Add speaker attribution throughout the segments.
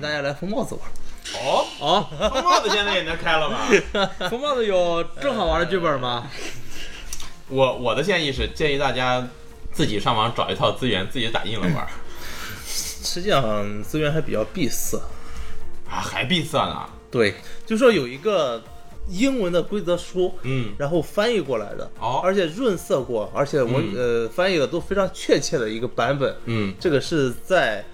Speaker 1: 大家来疯帽子玩。
Speaker 2: 哦，
Speaker 3: 哦，
Speaker 2: 疯帽子现在也能开了 吧？
Speaker 3: 疯帽子有正好玩的剧本吗？
Speaker 2: 我我的建议是建议大家自己上网找一套资源，自己打印了 玩儿
Speaker 1: 实际上资源还比较闭塞。
Speaker 2: 啊，还闭塞呢。
Speaker 1: 对，就说有一个英文的规则书，
Speaker 2: 嗯，
Speaker 1: 然后翻译过来的，
Speaker 2: 哦
Speaker 1: 而且润色过，而且
Speaker 3: 嗯
Speaker 1: 文、呃翻译的都非常确切的一个版本，
Speaker 2: 嗯，
Speaker 1: 这个是在、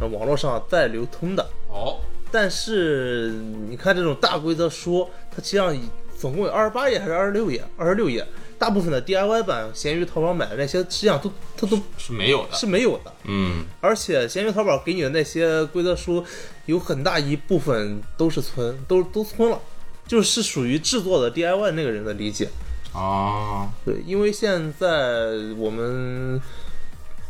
Speaker 1: 呃网络上在流通的。
Speaker 2: 哦，
Speaker 1: 但是你看这种大规则书，它实际上总共有二十八页还是二十六页？二十六页，大部分的 DIY 版、闲鱼、淘宝买的那些，实际上都它都
Speaker 2: 是没有的。
Speaker 1: 是没有的。
Speaker 2: 嗯，
Speaker 1: 而且闲鱼、淘宝给你的那些规则书，有很大一部分都是村，都都村了，就是属于制作的 DIY 那个人的理解。
Speaker 2: 哦，
Speaker 1: 对，因为现在我们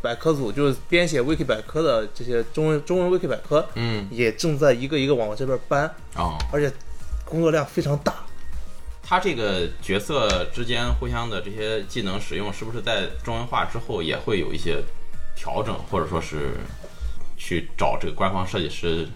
Speaker 1: 百科组就是编写 Wiki 百科的这些中文中文 Wiki 百科，
Speaker 2: 嗯，
Speaker 1: 也正在一个一个往这边搬，
Speaker 2: 哦，
Speaker 1: 而且工作量非常大。
Speaker 2: 他这个角色之间互相的这些技能使用，是不是在中文化之后也会有一些调整，或者说是去找这个官方设计师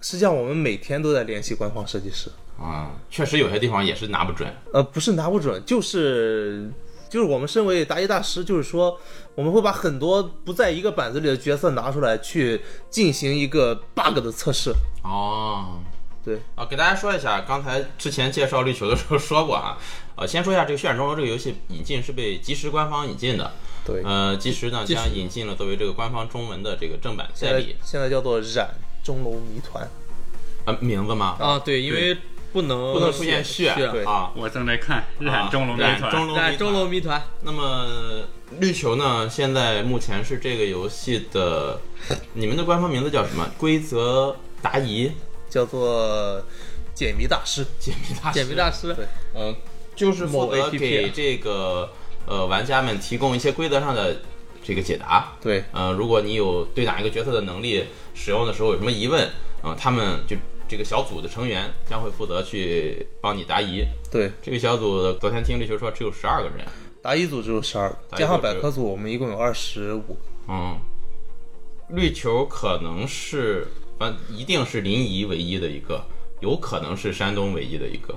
Speaker 1: 实际上，我们每天都在联系官方设计师，
Speaker 2: 啊、确实有些地方也是拿不准。
Speaker 1: 呃，不是拿不准，就是就是我们身为答疑大师，就是说我们会把很多不在一个板子里的角色拿出来，去进行一个 bug 的测试。
Speaker 2: 哦，
Speaker 1: 对，
Speaker 2: 啊，给大家说一下，刚才之前介绍绿球的时候说过啊，呃，先说一下这个《血染中游》这个游戏引进是被即时官方引进的，
Speaker 1: 对
Speaker 2: 呃，即时呢
Speaker 1: 即时
Speaker 2: 将引进了作为这个官方中文的这个正版
Speaker 1: 现
Speaker 2: 代
Speaker 1: 在
Speaker 2: 理，
Speaker 1: 现在叫做染钟楼谜团。
Speaker 2: 啊，名字吗？
Speaker 3: 啊，对，因为不能
Speaker 2: 不能出现
Speaker 3: 血
Speaker 2: 血
Speaker 1: 对
Speaker 2: 啊，
Speaker 4: 我正在看《
Speaker 2: 啊
Speaker 4: 染钟楼谜
Speaker 2: 染
Speaker 4: 团》
Speaker 2: 钟楼
Speaker 3: 染
Speaker 2: 谜
Speaker 3: 钟
Speaker 2: 团
Speaker 3: 楼谜团，
Speaker 2: 那么绿球呢？现在目前是这个游戏的，你们的官方名字叫什么？规则答疑
Speaker 1: 叫做解谜大师。
Speaker 2: 解谜大师
Speaker 3: 解谜大师
Speaker 1: 对
Speaker 2: 嗯、就是负责
Speaker 1: 某 APP
Speaker 3: 啊
Speaker 2: 给这个呃玩家们提供一些规则上的这个解答。
Speaker 1: 对，
Speaker 2: 嗯、如果你有对哪一个角色的能力使用的时候有什么疑问，嗯、他们就这个小组的成员将会负责去帮你答疑。
Speaker 1: 对，
Speaker 2: 这个小组昨天听绿球说只有十二个人，
Speaker 1: 答疑组只有十二，
Speaker 2: 答疑
Speaker 1: 加
Speaker 2: 组
Speaker 1: 上
Speaker 2: 只有
Speaker 1: 百科组，我们一共有二十五。
Speaker 2: 嗯，绿球可能是，反一定是临沂唯一的一个，有可能是山东唯一的一个，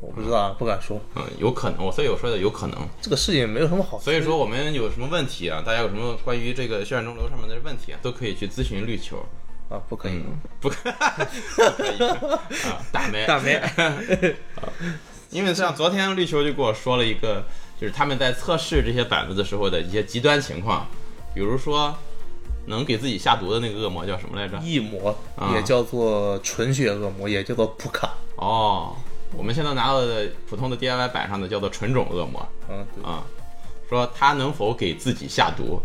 Speaker 1: 我不知道，啊，不敢说，
Speaker 2: 嗯，有可能，我所以我说的有可能。
Speaker 1: 这个事情没有什么好。
Speaker 2: 所以说我们有什么问题啊，大家有什么关于这个血染钟楼上面的问题啊，都可以去咨询绿球。
Speaker 1: 啊，不可以。
Speaker 2: 嗯，不 可不可以啊，打没
Speaker 3: 大梅，
Speaker 2: 因为像昨天绿球就跟我说了一个，就是他们在测试这些板子的时候的一些极端情况，比如说能给自己下毒的那个恶魔叫什么来着？
Speaker 1: 异魔
Speaker 2: 啊
Speaker 1: 也叫做纯血恶魔，也叫做普卡。
Speaker 2: 哦，我们现在拿到的普通的 DIY 版上的叫做纯种恶魔
Speaker 1: 嗯，对，
Speaker 2: 啊、说他能否给自己下毒，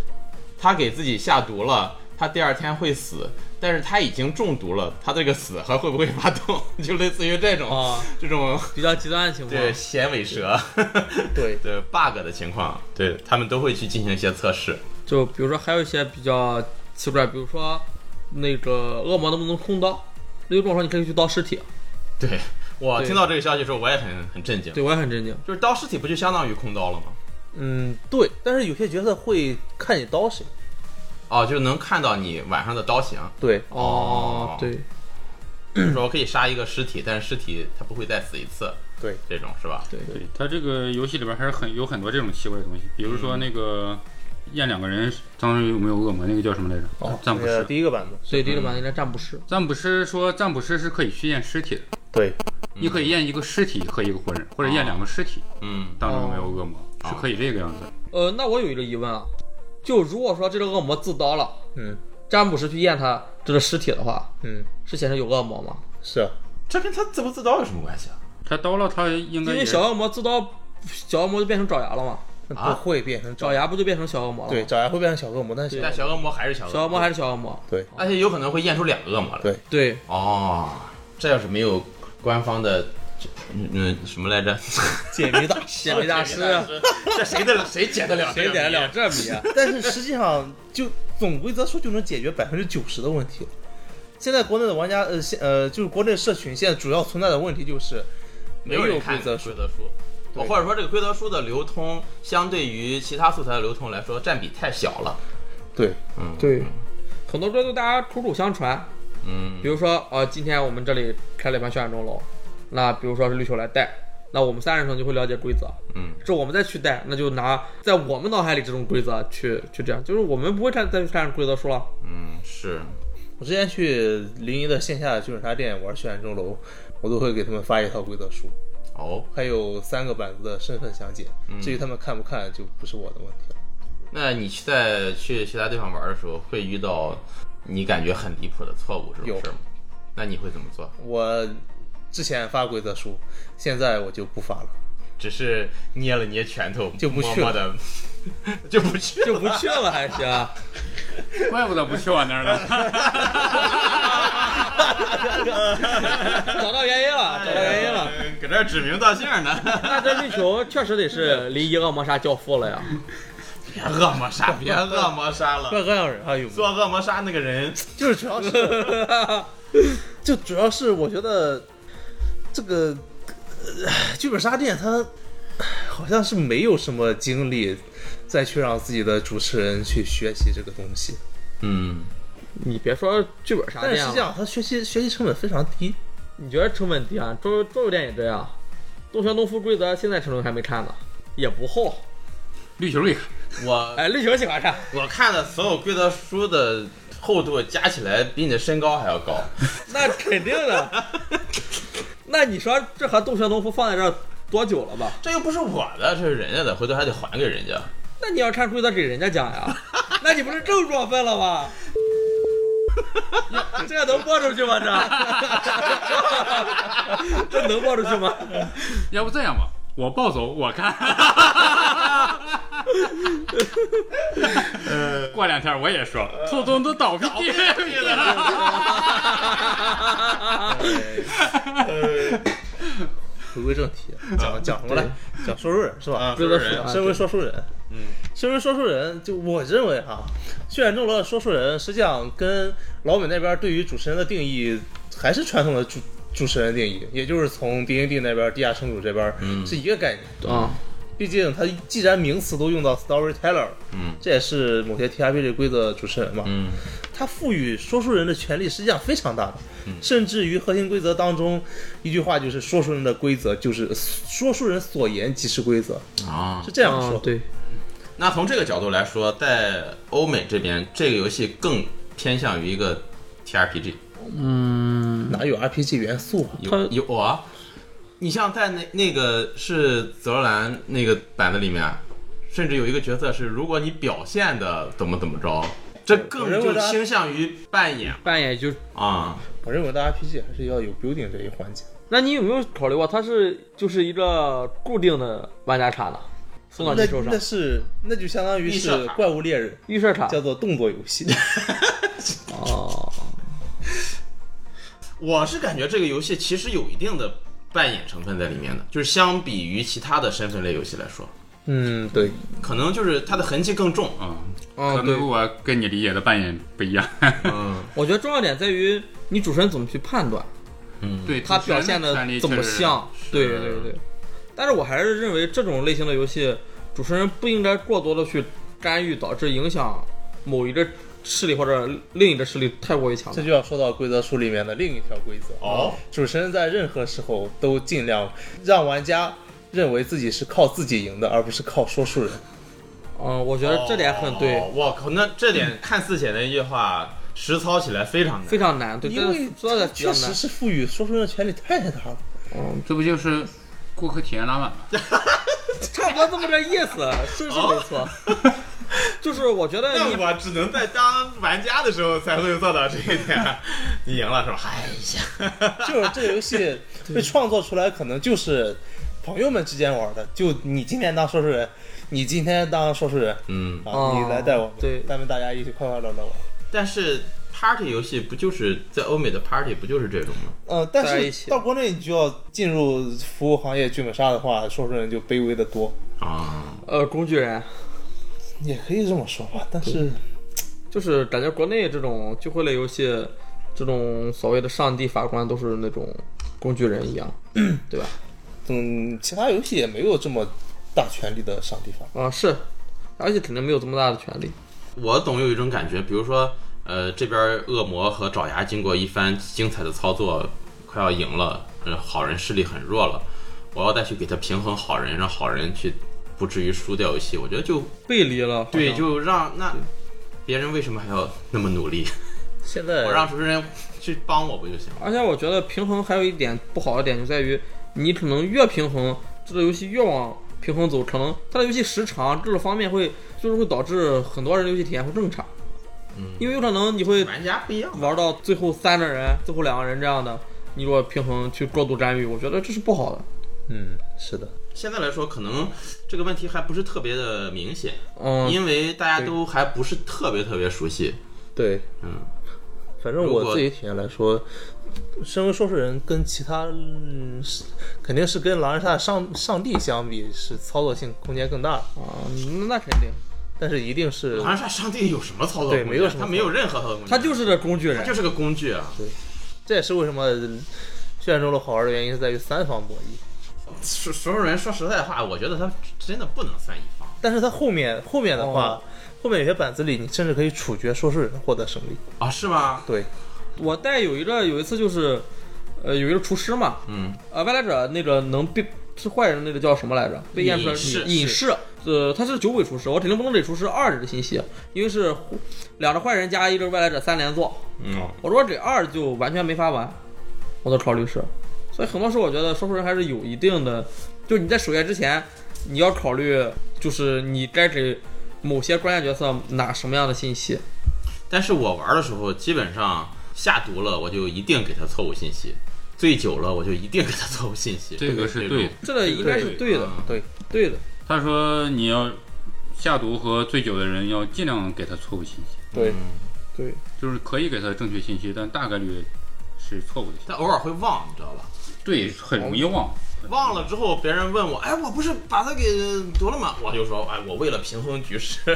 Speaker 2: 他给自己下毒了，他第二天会死，但是他已经中毒了，他这个死还会不会发动？ 就类似于这种、
Speaker 3: 啊
Speaker 2: 这种
Speaker 3: 比较极端的情况。
Speaker 2: 对衔尾蛇
Speaker 1: 对
Speaker 2: 对 bug 的情况，对他们都会去进行一些测试。
Speaker 3: 就比如说还有一些比较奇怪，比如说那个恶魔能不能空刀？那就跟我说你可以去刀尸体，
Speaker 2: 对我
Speaker 3: 对
Speaker 2: 听到这个消息的时候，我也很很震惊。
Speaker 3: 对我也很震惊。
Speaker 2: 就是刀尸体不就相当于空刀了吗？
Speaker 1: 嗯，对。但是有些角色会看你刀谁。
Speaker 2: 哦，就能看到你晚上的刀型。
Speaker 1: 对，
Speaker 2: 哦
Speaker 3: 对，
Speaker 2: 说我可以杀一个尸体，但是尸体它不会再死一次，
Speaker 1: 对，
Speaker 2: 这种是吧？
Speaker 4: 对它这个游戏里边还是很有很多这种奇怪的东西，比如说那个验两个人当时有没有恶魔，那个叫什么来着？
Speaker 1: 哦，
Speaker 4: 占卜
Speaker 1: 那个
Speaker 4: 师。
Speaker 1: 第一个版本。
Speaker 3: 所以这个版应该占卜师。
Speaker 4: 占卜师说，占卜师是可以去验尸体的，
Speaker 1: 对，
Speaker 4: 你可以验一个尸体和一个活人，或者验两个尸体，
Speaker 2: 嗯，
Speaker 4: 当中有没有恶魔，
Speaker 2: 哦
Speaker 4: 是可以这个样子。
Speaker 3: 呃，那我有一个疑问啊，就如果说这个恶魔自刀了，
Speaker 1: 嗯
Speaker 3: 占卜师去验他这个尸体的话，
Speaker 1: 嗯，
Speaker 3: 是显示有恶魔吗？
Speaker 1: 是啊，
Speaker 2: 这跟他自不自刀有什么关系啊？
Speaker 4: 他刀了，他应
Speaker 3: 因
Speaker 4: 该也
Speaker 3: 为小恶魔自刀，小恶魔就变成爪牙了嘛，
Speaker 1: 那
Speaker 2: 啊
Speaker 1: 不会变成
Speaker 3: 爪。牙不就变成小恶魔了吗？
Speaker 1: 对，爪牙会变成小恶魔，但是
Speaker 2: 但小恶魔还是小恶魔，
Speaker 3: 小恶魔还是小恶魔。
Speaker 1: 对
Speaker 2: 而且有可能会验出两个恶魔来。
Speaker 1: 对
Speaker 3: 对，
Speaker 2: 哦，这要是没有官方的，这嗯嗯什么来着？
Speaker 1: 解谜 大师
Speaker 3: 解谜大师，
Speaker 2: 啊这谁得了谁解得了？
Speaker 3: 谁点得
Speaker 2: 啊
Speaker 3: 了？这谜？
Speaker 1: 但是实际上，就总规则说就能解决百分之九十的问题。现在国内的玩家，呃，现呃，就是国内社群现在主要存在的问题就是
Speaker 2: 没
Speaker 1: 有
Speaker 2: 人
Speaker 1: 规
Speaker 2: 看
Speaker 1: 则
Speaker 2: 规
Speaker 1: 书。
Speaker 2: 则书。我或者说，这个规则书的流通，相对于其他素材的流通来说，占比太小了。
Speaker 1: 对，
Speaker 2: 嗯，
Speaker 3: 对，很多歌都大家口口相传，
Speaker 2: 嗯
Speaker 3: 比如说，呃，今天我们这里开了一盘血染中龙，那比如说是绿球来带，那我们三人成就会了解规则，
Speaker 2: 嗯，
Speaker 3: 是我们再去带，那就拿在我们脑海里这种规则去去这样，就是我们不会再再去看规则书了。
Speaker 2: 嗯，是，
Speaker 1: 我之前去临沂的线下剧本杀店玩《血染钟楼》，我都会给他们发一套规则书，
Speaker 2: 哦，
Speaker 1: 还有三个板子的身份详解。至于他们看不看，就不是我的问题了。
Speaker 2: 那你去在去其他地方玩的时候，会遇到你感觉很离谱的错误这种
Speaker 1: 有
Speaker 2: 事儿吗？那你会怎么做？
Speaker 1: 我之前发规则书，现在我就不发了。
Speaker 2: 只是捏了捏拳头，
Speaker 1: 就不
Speaker 2: 默
Speaker 1: 去
Speaker 2: 默的 就不去了。
Speaker 3: 就不去了还行，
Speaker 4: 怪不得不去我那儿了。
Speaker 3: 找到原因了，找到原因了。
Speaker 2: 哎呀，搁这儿指名道姓呢。
Speaker 3: 那这绿球确实得是离一恶魔杀教父了呀，
Speaker 2: 别恶魔杀，别恶魔杀了。
Speaker 1: 怪各样人啊，有
Speaker 2: 做恶魔杀那个人，
Speaker 1: 就是主 要是，就主要是我觉得这个、呃剧本杀店它好像是没有什么精力再去让自己的主持人去学习这个东西。
Speaker 2: 嗯，
Speaker 3: 你别说剧本杀
Speaker 1: 但是
Speaker 3: 店
Speaker 1: 实际
Speaker 3: 了，
Speaker 1: 上，它学习学习成本非常低。
Speaker 3: 你觉得成本低啊？桌桌游店也这样，东玄东夫规则现在程度还没看呢，也不厚。
Speaker 4: 绿球绿卡，
Speaker 2: 我
Speaker 3: 哎，绿球喜欢看，
Speaker 2: 我看的所有规则书的厚度加起来比你的身高还要高。
Speaker 3: 那肯定的。 那你说这和洞穴农夫放在这儿多久了吧？
Speaker 2: 这又不是我的，这是人家的，回头还得还给人家。
Speaker 3: 那你要看规则给人家讲呀，那你不是更过分了吗？ 这 能播出去吗？这这能播出去吗？
Speaker 4: 要不这样吧，我暴走，我看。过两天我也说，通通都倒闭。
Speaker 1: 回归正题，讲讲什么来？讲说书人是吧？
Speaker 2: 啊，
Speaker 3: 规
Speaker 2: 说
Speaker 3: 则
Speaker 2: 人
Speaker 3: 书啊
Speaker 1: 身为说书人，嗯，身为说书人，就我认为哈，血染钟楼的说书人实际上跟老美那边对于主持人的定义还是传统的主主持人定义，也就是从 D N D 那边地下城主这边、
Speaker 2: 嗯
Speaker 1: 是一个概念。
Speaker 3: 啊，
Speaker 1: 毕竟它既然名词都用到 storyteller，
Speaker 2: 嗯
Speaker 1: 这也是某些 T R P G 规则的主持人嘛，
Speaker 2: 嗯
Speaker 1: 它赋予说书人的权利实际上非常大的，甚至于核心规则当中一句话就是说书人的规则就是说书人所言即是规则，
Speaker 2: 啊
Speaker 1: 是，这样说。
Speaker 3: 啊对，
Speaker 2: 那从这个角度来说，在欧美这边，这个游戏更偏向于一个 T R P G。
Speaker 3: 嗯，
Speaker 1: 哪有 RPG 元素啊？
Speaker 2: 有
Speaker 3: 它
Speaker 2: 有我、你像在那那个是泽罗兰那个版子里面，啊甚至有一个角色是，如果你表现的怎么怎么着，这
Speaker 1: 我
Speaker 2: 更
Speaker 1: 认为
Speaker 2: 就
Speaker 1: 他
Speaker 2: 倾向于扮演
Speaker 3: 扮演就，
Speaker 2: 啊。
Speaker 1: 我认为的 RPG 还是要有 building 这一环节。
Speaker 3: 那你有没有考虑过它是就是一个固定的玩家卡呢？送到
Speaker 1: 那
Speaker 3: 你手上
Speaker 1: 那，是那就相当于
Speaker 2: 预
Speaker 1: 是
Speaker 2: 设卡
Speaker 1: 怪物猎人，
Speaker 3: 预设卡
Speaker 1: 叫做动作游戏。
Speaker 3: 哦，
Speaker 2: 我是感觉这个游戏其实有一定的扮演成分在里面的，就是相比于其他的身份类游戏来说，
Speaker 1: 嗯，对，
Speaker 2: 可能就是它的痕迹更重。
Speaker 4: 嗯，
Speaker 3: 哦
Speaker 4: 可
Speaker 3: 对
Speaker 4: 能，我跟你理解的扮演不一样。
Speaker 2: 嗯，
Speaker 3: 我觉得重要点在于你主持人怎么去判断
Speaker 4: 对
Speaker 3: 他表现的怎么像。对对对对。但是我还是认为这种类型的游戏，主持人不应该过多的去干预，导致影响某一个势力或者另一个势力太过于强
Speaker 1: 这
Speaker 3: 大。
Speaker 1: 就要说到规则书里面的另一条规则。
Speaker 2: 哦，
Speaker 1: 主持人在任何时候都尽量让玩家认为自己是靠自己赢的，而不是靠说书人。
Speaker 3: 嗯，我觉得这点很对，
Speaker 2: 哦我靠，那这点看似简单一句话，实操起来非常难
Speaker 3: 非。常难。对，
Speaker 1: 因为
Speaker 3: 但说的比较
Speaker 1: 确实
Speaker 3: 难。嗯
Speaker 1: 是赋予说书人的权利太大了。
Speaker 4: 这不就是顾客体验拉满吗？
Speaker 3: 差不多这么个意思，是是没 错。就是我觉得你
Speaker 2: 哦那我只能在当玩家的时候才会做到这一点。你赢了是吧？哎呀，
Speaker 1: 就是这个游戏被创作出来，可能就是朋友们之间玩的。就你今天当说书人，你今天当说书人
Speaker 2: 嗯，
Speaker 1: 啊，
Speaker 3: 哦
Speaker 1: 你来带我们，
Speaker 3: 对
Speaker 1: 咱们大家一起快快乐乐玩。
Speaker 2: 但是 party 游戏不就是在欧美的 party 不就是这种吗？
Speaker 1: 呃，但
Speaker 3: 在一起
Speaker 1: 是到国内你就要进入服务行业剧本杀的话，说书人就卑微的多，
Speaker 2: 啊，
Speaker 3: 呃工具人，
Speaker 1: 也可以这么说吧。但是
Speaker 3: 就是感觉国内这种聚会类游戏，这种所谓的上帝法官都是那种工具人一 样，对吧？
Speaker 1: 嗯，其他游戏也没有这么大权力的上帝法。
Speaker 3: 啊、是，而且肯定没有这么大的权利。
Speaker 2: 我总有一种感觉，比如说呃，这边恶魔和爪牙经过一番精彩的操作，快要赢了，嗯，好人势力很弱了，我要再去给他平衡好人，让好人去不至于输掉游戏，我觉得就
Speaker 3: 背离了，好
Speaker 2: 对，
Speaker 3: 像
Speaker 2: 就让那别人为什么还要那么努力？
Speaker 1: 现在
Speaker 2: 我让主持人去帮我不就行了？
Speaker 3: 而且我觉得平衡还有一点不好的点就在于，你可能越平衡，这个游戏越往平衡走，可能它的游戏时长这个方面会就是会导致很多人的游戏体验会更差。
Speaker 2: 嗯
Speaker 3: 因为有可能你会
Speaker 2: 玩家不一样，
Speaker 3: 玩到最后三个人、最后两个人这样的，你如果平衡去过度干预，我觉得这是不好的。
Speaker 1: 嗯，是的，
Speaker 2: 现在来说可能这个问题还不是特别的明显，
Speaker 3: 嗯，
Speaker 2: 因为大家都还不是特别特别熟悉。
Speaker 1: 对，
Speaker 2: 嗯，
Speaker 1: 反正
Speaker 2: 如
Speaker 1: 我
Speaker 2: 果
Speaker 1: 自己体验来说，身为说书人，跟其他、嗯、是肯定是跟狼人杀的上上帝相比，是操作性空间更大的，
Speaker 3: 啊，那那肯定，
Speaker 1: 但是一定是
Speaker 2: 狼人杀上帝有什么操作
Speaker 1: 对
Speaker 2: 空间？
Speaker 1: 没有什么
Speaker 2: 他没有任何操作空间，
Speaker 3: 他就是个工具
Speaker 2: 他
Speaker 3: 人，
Speaker 2: 就是个工具啊。
Speaker 1: 这也是为什么卷州的好玩的原因，是在于三方博弈。
Speaker 2: 说说书人说实在话，我觉得他真的不能算一方。
Speaker 1: 但是它后面后面的话，
Speaker 3: 哦
Speaker 1: 后面有些板子里，你甚至可以处决说书人获得胜利。
Speaker 2: 啊，是吗？
Speaker 1: 对，
Speaker 3: 我带有一个有一次就是，呃，有一个厨师嘛，
Speaker 2: 嗯，
Speaker 3: 呃，外来者那个能被是坏人那个叫什么来着？被验出来
Speaker 2: 隐士
Speaker 3: 隐士，呃，他是九鬼厨师，我肯定不能给厨师二这个信息，因为是两个坏人加一个外来者三连做，
Speaker 2: 嗯，
Speaker 3: 我如果给二就完全没法玩，我的考虑是，所以很多时候我觉得说书人还是有一定的，就你在首页之前，你要考虑就是你该给某些关键角色拿什么样的信息，
Speaker 2: 但是我玩的时候，基本上下毒了，我就一定给他错误信息；醉酒了，我就一定给他错误信息。
Speaker 4: 这个是对的。
Speaker 3: 这个应该是对的，
Speaker 2: 嗯
Speaker 3: 对的。
Speaker 4: 他说你要下毒和醉酒的人要尽量给他错误信息，
Speaker 1: 对
Speaker 2: 嗯
Speaker 1: 对，
Speaker 4: 就是可以给他正确信息，但大概率是错误的信息。
Speaker 2: 但偶尔会忘，你知道吧？
Speaker 4: 对，很容易忘。
Speaker 2: 忘了之后，别人问我，哎，我不是把他给夺了吗？我就说，哎，我为了平衡局势，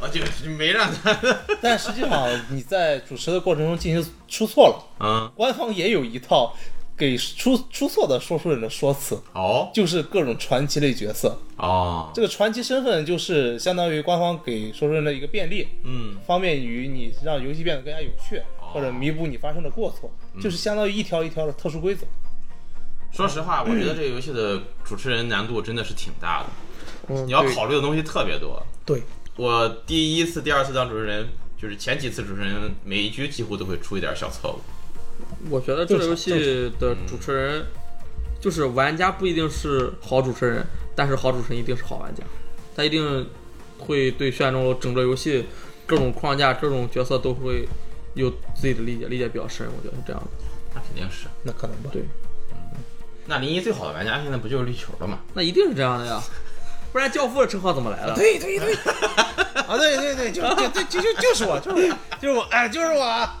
Speaker 2: 我就没让他。
Speaker 1: 但实际上你在主持的过程中进行出错了，
Speaker 2: 嗯，
Speaker 1: 官方也有一套给出出错的说书人的说辞，
Speaker 2: 哦
Speaker 1: 就是各种传奇类角色。
Speaker 2: 哦，
Speaker 1: 这个传奇身份就是相当于官方给说书人的一个便利，
Speaker 2: 嗯，
Speaker 1: 方便于你让游戏变得更加有趣，
Speaker 3: 哦
Speaker 1: 或者弥补你发生的过错，
Speaker 3: 嗯
Speaker 1: 就是相当于一条一条的特殊规则。
Speaker 2: 说实话，我觉得这个游戏的主持人难度真的是挺大的，
Speaker 3: 嗯
Speaker 2: 你要
Speaker 3: 对
Speaker 2: 考虑的东西特别多。
Speaker 1: 对，
Speaker 2: 我第一次、第二次当主持人，就是前几次主持人，每一局几乎都会出一点小错误。
Speaker 3: 我觉得这个游戏的主持人，就是玩家不一定是好主持人，但是好主持人一定是好玩家，他一定会对炫中整个游戏各种框架、各种角色都会有自己的理解，理解比较深，我觉得是这样的。
Speaker 2: 那肯定是。
Speaker 1: 那可能吧。
Speaker 3: 对，
Speaker 2: 那临沂最好的玩家现在不就是绿球 了吗？
Speaker 3: 那一定是这样的呀，不然教父的称号怎么来的？
Speaker 1: 对对对，啊对对对，就就就就就就是我，就是我，就是我，哎，就是我啊，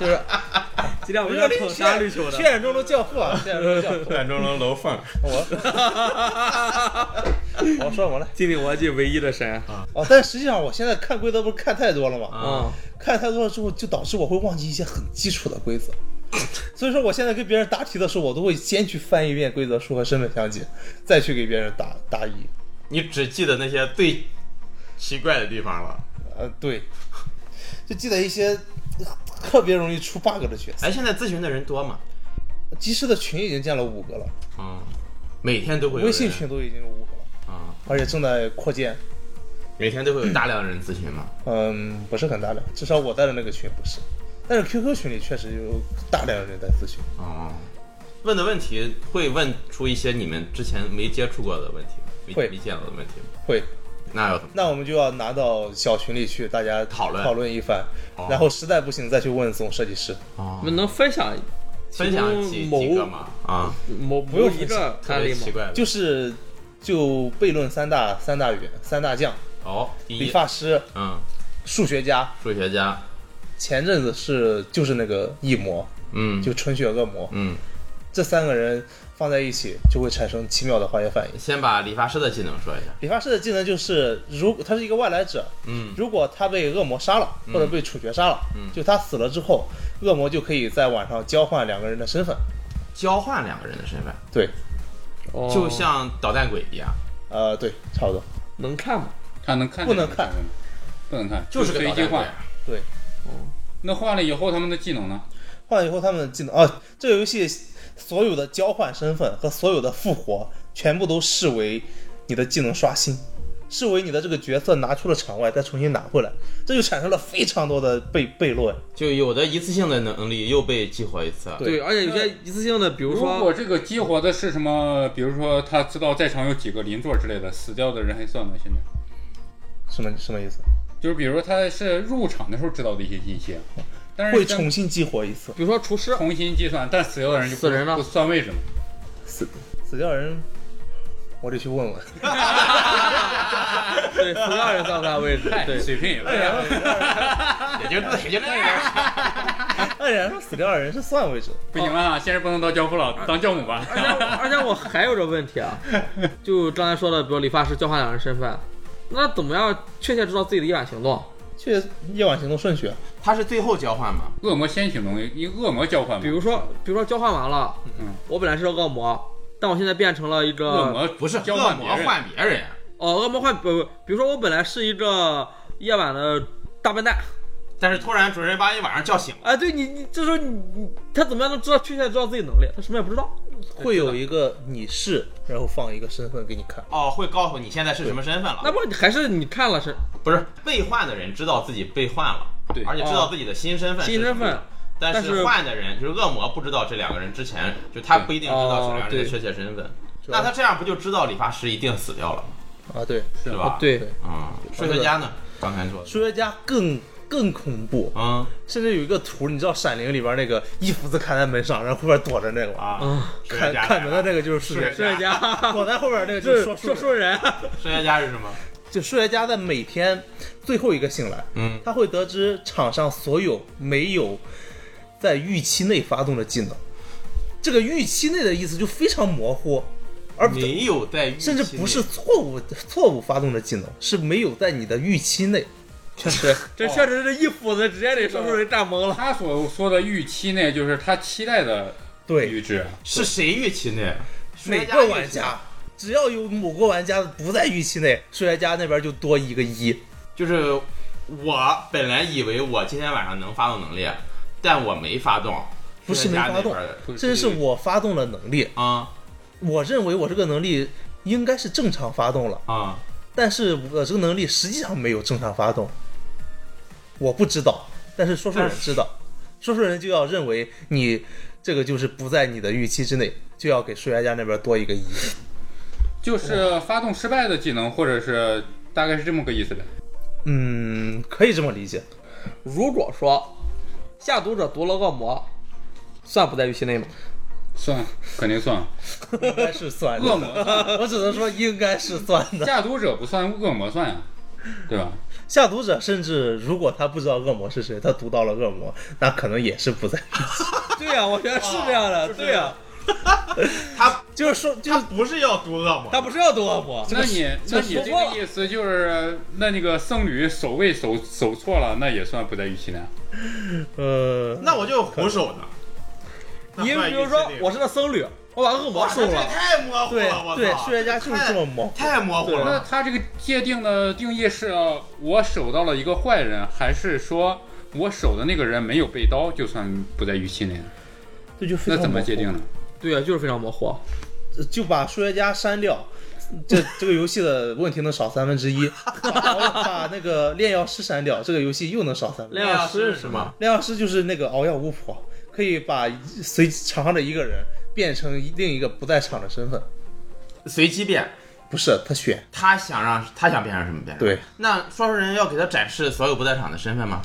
Speaker 3: 就是尽量不要捧杀绿球的
Speaker 1: 血。染中的教父啊，血染中的教父，
Speaker 2: 眼中能楼凤。
Speaker 1: 我 我说我来
Speaker 3: 精灵魔界唯一的神
Speaker 1: 哦，但实际上我现在看规则不是看太多了吗？
Speaker 3: 啊，
Speaker 1: 看太多了之后，就导致我会忘记一些很基础的规则。 所以说，我现在跟别人答题的时候，我都会先去翻一遍规则书和身份详解，再去给别人答答疑。
Speaker 2: 你只记得那些最奇怪的地方了。
Speaker 1: 呃，对，就记得一些呃特别容易出 bug 的角色。
Speaker 2: 哎，现在咨询的人多吗？
Speaker 1: 技师的群已经建了五个了，
Speaker 2: 嗯，每天都会有人
Speaker 1: 微信群都已经有五个了，
Speaker 2: 啊、
Speaker 1: 而且正在扩建。
Speaker 2: 每天都会有大量的人咨询嘛。
Speaker 1: 嗯，不是很大量，至少我在的那个群不是。但是 QQ 群里确实有大量的人在咨询。
Speaker 2: 哦，问的问题会问出一些你们之前没接触过的问题，没
Speaker 1: 会
Speaker 2: 没见到的问题吗
Speaker 1: 会，
Speaker 2: 那要怎么？
Speaker 1: 那我们就要拿到小群里去，大家
Speaker 2: 讨论
Speaker 1: 讨论一番，
Speaker 2: 哦
Speaker 1: 然后实在不行再去问总设计师。
Speaker 3: 我
Speaker 2: 哦
Speaker 3: 们能分享
Speaker 2: 分享几
Speaker 3: 其中
Speaker 2: 几个嘛？啊，
Speaker 3: 某
Speaker 1: 不用
Speaker 3: 某一个
Speaker 2: 特
Speaker 3: 案例
Speaker 2: 别
Speaker 3: 吗
Speaker 2: 奇？怪的。
Speaker 1: 就是就悖论三大三大员三大将，
Speaker 2: 哦，第
Speaker 1: 理
Speaker 2: 一，
Speaker 1: 发师、
Speaker 2: 嗯，
Speaker 1: 数学家。
Speaker 2: 数学家，
Speaker 1: 前阵子是就是那个异魔，
Speaker 2: 嗯，
Speaker 1: 就纯血恶魔，
Speaker 2: 嗯，
Speaker 1: 这三个人放在一起就会产生奇妙的化学反应。
Speaker 2: 先把理发师的技能说一下。
Speaker 1: 理发师的技能就是，如果他是一个外来者，
Speaker 2: 嗯
Speaker 1: 如果他被恶魔杀了，或者被处决杀了，
Speaker 2: 嗯
Speaker 1: 就他死了之后，恶魔就可以在晚上交换两个人的身份，
Speaker 2: 交换两个人的身份，
Speaker 1: 对，
Speaker 3: 哦
Speaker 2: 就像捣蛋鬼一样，
Speaker 1: 呃，对，差不多，
Speaker 3: 能看吗？
Speaker 4: 他能看
Speaker 1: 不能看
Speaker 4: 这个，不能看，
Speaker 2: 就是个
Speaker 4: 随
Speaker 2: 捣
Speaker 4: 机
Speaker 2: 蛋鬼
Speaker 4: 化。。
Speaker 1: 对，
Speaker 4: 那换了以后他们的技能呢？
Speaker 1: 换了以后他们的技能啊，这个游戏所有的交换身份和所有的复活，全部都视为你的技能刷新，视为你的这个角色拿出了场外再重新拿回来，这就产生了非常多的悖悖论。
Speaker 2: 就有的一次性的能力又被激活一次，
Speaker 1: 对
Speaker 3: 对，而且有些一次性的，比如
Speaker 4: 如
Speaker 3: 说
Speaker 4: 果这个激活的是什么，比如说他知道在场有几个邻座之类的，死掉的人还算吗？现在
Speaker 1: 什么什么意思？
Speaker 4: 就是比如他是入场的时候知道的一些信息，啊但是
Speaker 1: 会
Speaker 4: 在
Speaker 1: 重新激活一次，
Speaker 3: 比如说 厨师，
Speaker 4: 重新计算，但死掉的人就不
Speaker 3: 死人了
Speaker 4: 不算位置嘛。
Speaker 1: 死死掉人，我得去问问。
Speaker 3: 对，死掉人算不算位置？对，
Speaker 4: 水平也不行。
Speaker 2: 也就也就那样。
Speaker 1: 按理来说，死掉人是算位置，
Speaker 4: 不行
Speaker 2: 哦
Speaker 4: 了，现在不能当教父
Speaker 2: 啊
Speaker 4: 了，当教母吧。
Speaker 3: 而且而且我还有个问题啊，就刚才说的，比如理发师交换两人身份，那怎么样确切知道自己的夜晚行动？
Speaker 1: 确夜晚行动顺序啊。
Speaker 2: 他是最后交换嘛？
Speaker 4: 恶魔先行动，一恶魔交换嘛。
Speaker 3: 比如说，比如说交换完了，
Speaker 4: 嗯
Speaker 3: 我本来是个恶魔，但我现在变成了一个
Speaker 4: 恶魔
Speaker 2: 不是
Speaker 4: 交
Speaker 2: 恶
Speaker 4: 换别
Speaker 2: 魔
Speaker 4: 人，
Speaker 2: 换别人，
Speaker 3: 哦，恶魔换不不，比如说我本来是一个夜晚的大笨蛋，
Speaker 2: 但是突然主持人把你晚上叫醒了。
Speaker 3: 哎，对你你这时候你你他怎么样能知道确切知道自己能力？他什么也不知道。
Speaker 1: 会有一个你是，然后放一个身份给你看。
Speaker 2: 哦，会告诉你现在是什么身份了。
Speaker 3: 那不还是你看了是
Speaker 2: 不是被换的人知道自己被换了，
Speaker 4: 对
Speaker 2: 而且知道自己的新身份。
Speaker 3: 新身份。，
Speaker 2: 但
Speaker 3: 但是
Speaker 2: 是换的人就是恶魔，不知道这两个人之前就他不一定知道这两个人的确切身份。那他这样不就知道理发师一定死掉了吗？
Speaker 1: 啊，对，
Speaker 4: 是
Speaker 2: 是吧？，
Speaker 3: 对
Speaker 1: 对，
Speaker 2: 啊，数学家呢？刚才说的，
Speaker 1: 数学家更更恐怖，
Speaker 2: 嗯
Speaker 1: 甚至有一个图，你知道《闪灵》里边那个一斧子砍在门上，然后后边躲着那个吗？
Speaker 2: 啊，
Speaker 3: 啊，
Speaker 2: 数学
Speaker 1: 砍
Speaker 2: 家
Speaker 1: 砍门的那个就是数
Speaker 2: 数
Speaker 1: 学
Speaker 2: 学
Speaker 3: 数学家，
Speaker 1: 躲在后 边那个就
Speaker 3: 这
Speaker 1: 是说
Speaker 3: 说说
Speaker 1: 书
Speaker 3: 书人，
Speaker 2: 数学家是什么？
Speaker 1: 就数学家在每天最后一个醒来，
Speaker 2: 嗯，
Speaker 1: 他会得知场上所有没有在预期内发动的技能，这个预期内的意思就非常模糊，而
Speaker 2: 没有在预期内
Speaker 1: 甚至不是错误错误发动的技能，是没有在你的预期内。
Speaker 3: 确实，这确实哦是一斧子直接给说书人炸懵了。
Speaker 4: 他所说的预期内就是他期待的
Speaker 1: 对，
Speaker 4: 预知。啊
Speaker 2: 是谁预期内？数
Speaker 1: 哪
Speaker 2: 学家啊
Speaker 1: 个
Speaker 2: 预期
Speaker 1: 玩家只要有某个玩家不在预期内，数学家那边就多一个一。
Speaker 2: 就是我本来以为我今天晚上能发动能力，但我没发动，
Speaker 1: 不是
Speaker 2: 数学家
Speaker 1: 没发动
Speaker 2: 那边的
Speaker 3: 嗯
Speaker 1: 甚至是我发动了能力，
Speaker 2: 啊
Speaker 1: 我认为我这个能力应该是正常发动了，
Speaker 2: 啊
Speaker 1: 但是我这个能力实际上没有正常发动，我不知道，但是说书人
Speaker 2: 但是
Speaker 1: 知道，说书人就要认为你这个就是不在你的预期之内，就要给数学家那边多一个一。
Speaker 4: 就是发动失败的技能，或者是大概是这么个意思呗。
Speaker 1: 嗯，可以这么理解。
Speaker 3: 如果说下毒者毒了恶魔，算不在预期内吗？
Speaker 4: 算，肯定算。
Speaker 1: 应该是算 的，
Speaker 4: 恶魔
Speaker 1: 我只能说应该是算的。
Speaker 4: 下毒者不算，恶魔算呀，对吧？
Speaker 1: 下毒者甚至如果他不知道恶魔是谁，他毒到了恶魔，那可能也是不在。
Speaker 3: 对呀、我觉啊得是这样的。对呀、
Speaker 1: 就是说，就
Speaker 2: 他
Speaker 1: 是
Speaker 2: 不是要毒恶魔，
Speaker 3: 他不是要毒恶魔，
Speaker 4: 那你那你
Speaker 3: 这
Speaker 4: 这
Speaker 3: 说过
Speaker 4: 个意思就是，那那个僧侣守卫守守错了，那也算不在预期内。
Speaker 1: 呃，
Speaker 2: 那我就虎手呢。
Speaker 3: 你比如说我是个僧侣，我把恶魔
Speaker 2: 哇，
Speaker 3: 收
Speaker 2: 这个
Speaker 3: 了，
Speaker 2: 太模糊
Speaker 1: 对
Speaker 2: 了，我操！
Speaker 1: 对，数学家就是这么猛。
Speaker 2: 太模糊
Speaker 4: 那
Speaker 2: 了。
Speaker 4: 他这个界定的定义是、啊，我守到了一个坏人，还是说我守的那个人没有被刀，就算不在预期内？
Speaker 1: 这就非
Speaker 4: 那
Speaker 1: 常
Speaker 4: 怎么
Speaker 1: 模糊
Speaker 4: 界定呢？
Speaker 3: 对呀、就是非常模糊。
Speaker 1: 就把数学家删掉， 这这个游戏的问题能少三分之 一。然后把那个炼药师删掉，这个游戏又能少三分之一。
Speaker 3: 炼药师是吗？
Speaker 1: 炼药师就是那个熬药巫婆，可以把随场上的一个人变成另一个不在场的身份。
Speaker 2: 随机变，
Speaker 1: 不是他选，
Speaker 2: 他想让他想变成什么变？
Speaker 1: 对。
Speaker 2: 那说书人要给他展示所有不在场的身份吗？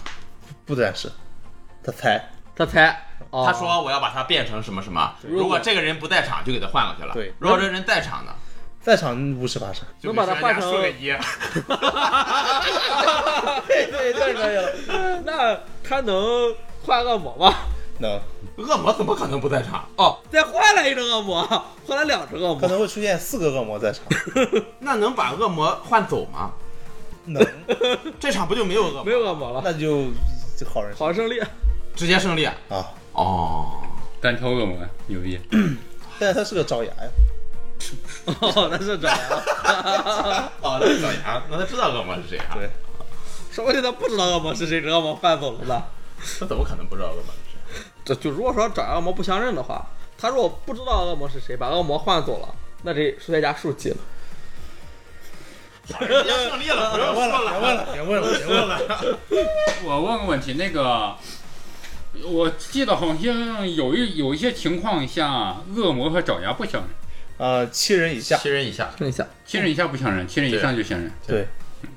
Speaker 1: 不展示，他猜。
Speaker 3: 他猜，哦、
Speaker 2: 他说我要把他变成什么什么，
Speaker 3: 果
Speaker 2: 如果这个人不在场，就给他换过去了。
Speaker 1: 对
Speaker 2: 如果这人在场呢，
Speaker 1: 在场五十八十，
Speaker 2: 就
Speaker 3: 能把他
Speaker 2: 给人家
Speaker 3: 换成
Speaker 2: 输个一。
Speaker 3: 对对对可以了。 那他能换恶魔吗？
Speaker 1: 能
Speaker 2: 恶魔怎么可能不在场？
Speaker 3: 哦，再换来一只恶魔，换来两只恶
Speaker 1: 可
Speaker 3: 魔，
Speaker 1: 能会出现四个恶魔在场，
Speaker 2: 那能把恶魔换走吗？
Speaker 1: 能，
Speaker 2: 这场不就没有恶魔
Speaker 3: 没，有恶魔了，
Speaker 1: 那就就好人
Speaker 3: 好胜利。
Speaker 2: 直接胜利？
Speaker 1: 啊。
Speaker 2: 哦，
Speaker 4: 单挑恶魔牛逼，
Speaker 1: 但是他是个爪牙呀，
Speaker 3: 哦，那是这样。
Speaker 2: 哦，那是小牙，那他知道恶魔是谁啊？
Speaker 1: 对，
Speaker 3: 说不定他不知道恶魔是谁，这恶魔搬走了呢。
Speaker 2: 他怎么可能不知道恶 魔是谁？
Speaker 3: 这就如果说找恶魔不相认的话，他如果不知道恶魔是谁，把恶魔换走了，那这数学家树记了。
Speaker 2: 人家胜利了，不用说了，
Speaker 1: 别问了，别啊问了，别问了。
Speaker 4: 我问个问题，那个，我记得好像有一有一些情况下，恶魔和爪牙不相认，
Speaker 1: 呃，七人以下，
Speaker 2: 七人以下，
Speaker 3: 看一下，
Speaker 4: 亲人以下不相认，亲人以上就相认。
Speaker 1: 对，